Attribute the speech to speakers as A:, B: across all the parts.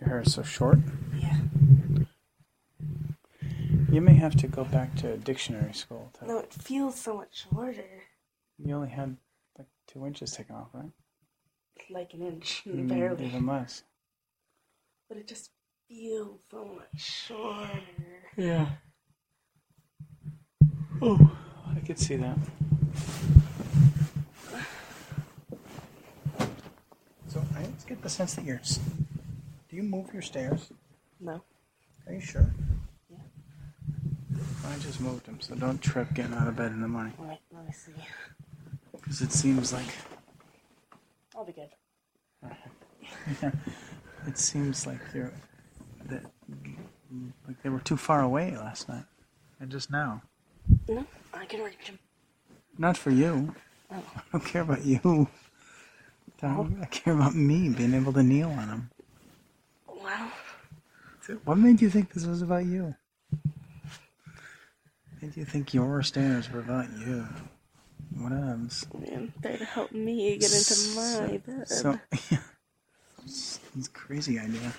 A: Your hair is so short.
B: Yeah.
A: You may have to go back to dictionary school. To,
B: No, it feels so much shorter.
A: You only had like two inches taken off, right?
B: It's like an inch,
A: Mm,
B: barely.
A: Even less.
B: But it just feels so much shorter.
A: Yeah. Oh, I could see that. So I always get the sense that you're. s- Do you move your stairs?
B: No.
A: Are you sure?
B: Yeah.
A: I just moved them, so don't trip getting out of bed in the morning.
B: All right, let me see.
A: Because it seems like.
B: I'll be good.
A: It seems like you're. That, like they were too far away last night. And just now.
B: No, I can reach him. Oh,
A: Not for you. I don't care about you. Tom, I care about me being able to kneel on him.
B: Wow.
A: What made you think this was about you? Made you think your stairs were about you? What else?
B: Man, they're to help me get into my bed.
A: So, it's a crazy idea.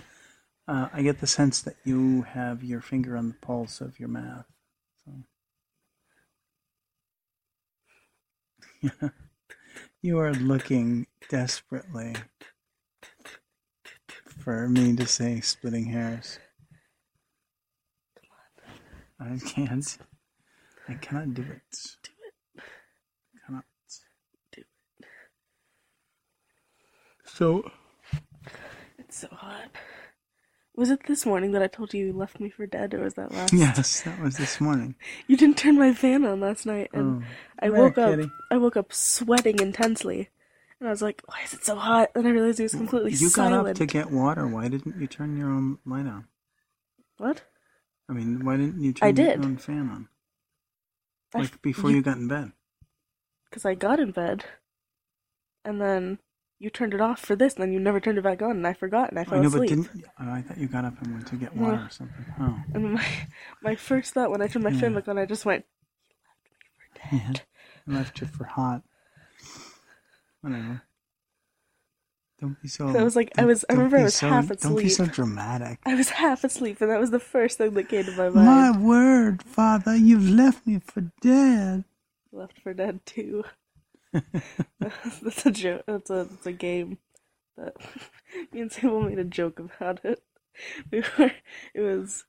A: Uh, I get the sense that you have your finger on the pulse of your math. So. you are looking desperately for me to say splitting hairs. I can't. I cannot do it. Do it. Cannot.
B: Do
A: it. So.
B: It's so hot. Was it this morning that I told you you left me for dead, or was that last?
A: Yes, that was this morning.
B: You didn't turn my fan on last night, and
A: Oh,
B: I
A: come here,
B: woke up.
A: kitty.
B: I woke up sweating intensely, and I was like, "Why is it so hot?" And I realized it was completely
A: You got
B: silent.
A: up to get water. Why didn't you turn your own light on?
B: What?
A: I mean, why didn't you turn
B: I
A: your
B: did.
A: own fan on?
B: I
A: Like before you got in bed.
B: because I got in bed, and then you turned it off for this, and then you never turned it back on, and I forgot, and I fell
A: I know,
B: asleep.
A: but didn't. Oh, I thought you got up and went to get
B: No.
A: water or something. Oh,
B: And my my first thought when I turned my fan
A: Yeah.
B: back on, I just went,
A: yeah. I left you for hot. Whatever. Don't be so.
B: I was like- I
A: don't-
B: was- I
A: don't
B: remember I
A: be
B: was
A: so,
B: half
A: Don't be so
B: asleep.
A: dramatic.
B: I was half asleep, and that was the first thing that came to my mind.
A: My word, Father, you've left me for dead.
B: Left for Dead 2. that's a joke. That's a, that's a game that me and Sable made a joke about it. We were, it was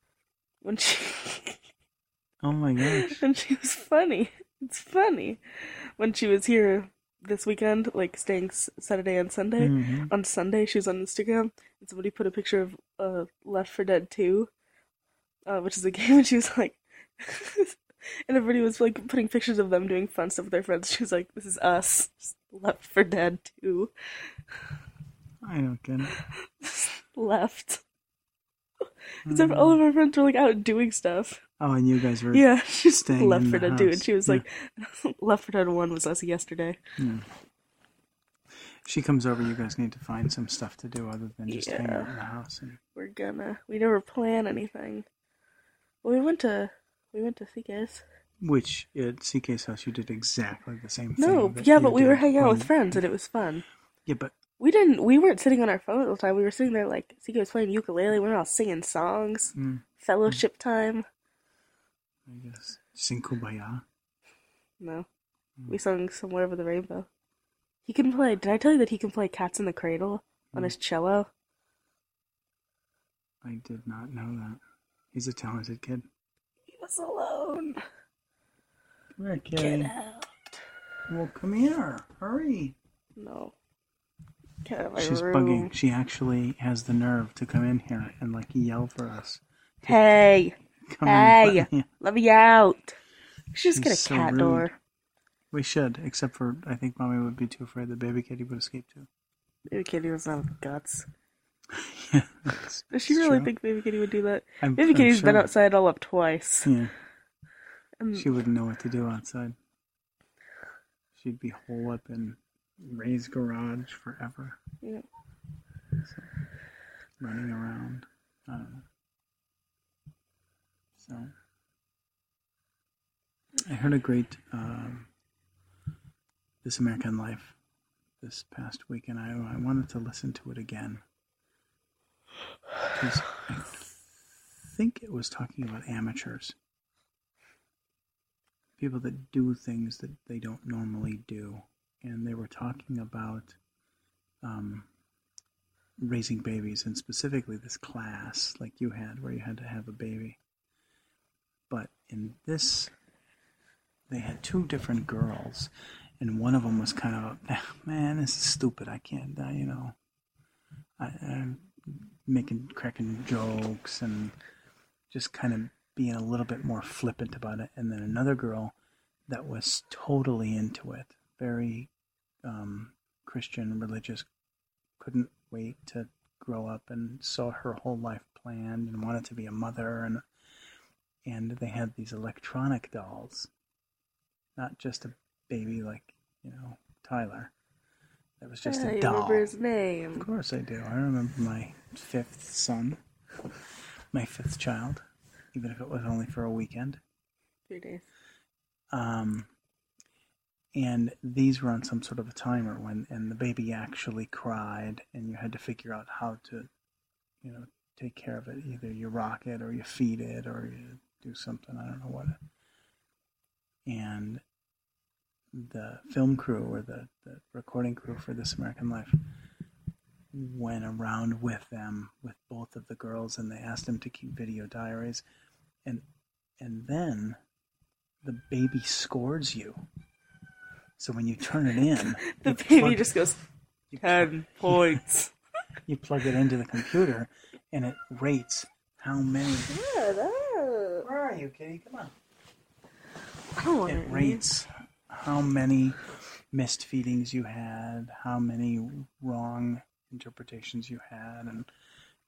B: when she
A: Oh my gosh.
B: when she was funny. It's funny when she was here this weekend, like staying s- Saturday and Sunday.
A: Mhm.
B: On Sunday, she was on Instagram, and somebody put a picture of uh, Left for Dead 2, uh, which is a game, and she was like, and everybody was like putting pictures of them doing fun stuff with their friends. She was like, "This is us, Left for Dead 2,
A: I don't get it.
B: Left." Because all of our friends were like out doing stuff.
A: Oh, and you guys were.
B: Yeah, she's
A: Staying in
B: Left for
A: the
B: Dead 2, and
A: house,
B: she was
A: yeah.
B: like, "Left for Dead 1 was us yesterday."
A: She comes over. You guys need to find some stuff to do other than just hang out
B: Yeah.
A: in the house. And
B: We're gonna. We never plan anything. Well, we went to we went to CK's.
A: which at CK's house, you did exactly the same thing.
B: No,
A: that
B: yeah,
A: you
B: but we were
A: did
B: hanging out
A: when-
B: with friends and it was fun.
A: Yeah, but
B: We didn't. We weren't sitting on our phone all the time. We were sitting there like Sika was playing ukulele. We were all singing songs.
A: mm,
B: Fellowship time.
A: I guess sing Kumbaya.
B: No,
A: Mm.
B: we sung somewhere over the rainbow. He can play. Did I tell you that he can play "Cats in the Cradle" on
A: Mm.
B: his cello?
A: I did not know that. He's a talented kid.
B: Leave us alone.
A: Come here,
B: Get
A: kitty.
B: out.
A: Well, come here. Hurry.
B: No. Get out of my
A: She's
B: room.
A: bugging. She actually has the nerve to come in here and like yell for us.
B: Hey,
A: Come in,
B: Hey.
A: let me-
B: let me out. We should just get a
A: She's so
B: cat
A: rude.
B: door.
A: We should, except for I think mommy would be too afraid that baby kitty would escape too.
B: Baby Kitty was not with guts.
A: Yeah, that's-
B: Does she
A: that's
B: really
A: true.
B: think Baby Kitty would do that?
A: I'm-
B: Baby
A: I'm
B: Kitty's been
A: sure.
B: outside all up twice.
A: Yeah.
B: Um,
A: She wouldn't know what to do outside. She'd be hole up in Ray's garage forever,
B: Yeah.
A: running around. I don't know. So, I heard a great um, This American Life this past week, and I, I wanted to listen to it again. because I think it was talking about amateurs. People that do things that they don't normally do. And they were talking about um, raising babies and specifically this class like you had where you had to have a baby. But in this, they had two different girls. And one of them was kind of, "Ah, man, this is stupid. I can't, uh, you know. I, I'm making cracking jokes and just kind of being a little bit more flippant about it. And then another girl that was totally into it, very um, Christian, religious, couldn't wait to grow up and saw her whole life planned and wanted to be a mother and and they had these electronic dolls, not just a baby like you know Tyler. That was just
B: uh, I
A: a doll.
B: remember his
A: Of
B: name.
A: course I do. I remember my fifth son, my fifth child, even if it was only for a weekend.
B: Three days.
A: Um, and these were on some sort of a timer when, and the baby actually cried, and you had to figure out how to, you know, take care of it. Either you rock it, or you feed it, or you do something. I don't know what. And the film crew or the, the recording crew for This American Life went around with them, with both of the girls, and they asked them to keep video diaries, and and then the baby scores you. So when you turn it in,
B: The
A: you
B: baby
A: plug-
B: just goes
A: you, plug-
B: ten points.
A: you plug it into the computer, and it rates how many. Where are you, Kitty? Come on.
B: I don't want
A: It
B: it.
A: rates how many missed feedings you had, how many wrong interpretations you had, and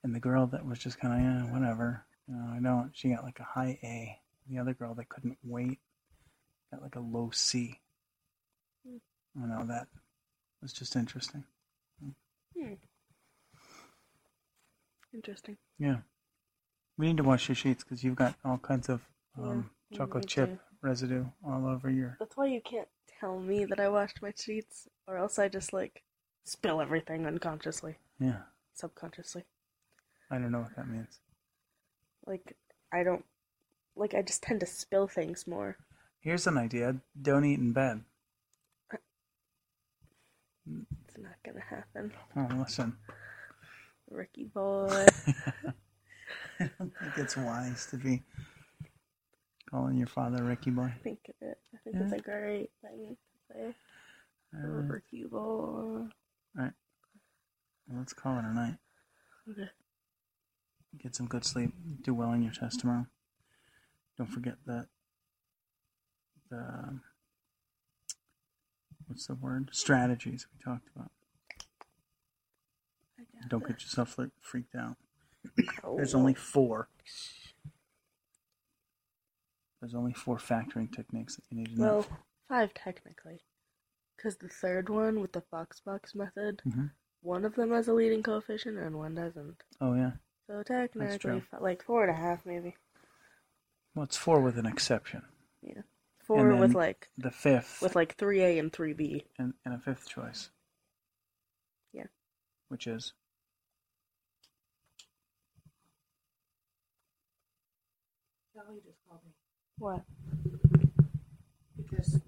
A: and the girl that was just kind of eh, whatever, you know, I don't. She got like a high A. The other girl that couldn't wait got like a low C. I know that was just interesting.
B: Interesting.
A: Yeah, we need to wash your sheets because you've got all kinds of um,
B: Yeah,
A: chocolate
B: me
A: chip
B: too.
A: residue all over your
B: That's why you can't tell me that I washed my sheets, or else I just like spill everything unconsciously,
A: yeah.
B: subconsciously.
A: I don't know what that means.
B: Like I don't. Like I just tend to spill things more.
A: Here's an idea: don't eat in bed.
B: It's not gonna happen,
A: Oh, listen.
B: Ricky boy.
A: I don't think it's wise to be calling your father Ricky boy.
B: think of it. I think it's a great thing to say.
A: Uh,
B: Ricky boy.
A: let's call it a night.
B: Okay.
A: Get some good sleep. Do well in your test tomorrow. Don't forget that the what's the word strategies we talked about.
B: I got
A: Don't
B: it.
A: get yourself like, freaked out. There's
B: Ow.
A: only four. There's only four factoring techniques that you need to know.
B: Well, five technically. Because the third one with the Foxbox method,
A: Mhm.
B: one of them has a leading coefficient and one doesn't.
A: oh yeah.
B: So technically,
A: true.
B: f- like four and a half maybe.
A: Well, it's four with an exception.
B: Four
A: And
B: with
A: then-
B: like
A: The fifth
B: with like three A and three B.
A: and, and a fifth choice.
B: Yeah.
A: Which is
C: Kelly just called me
B: What?
C: because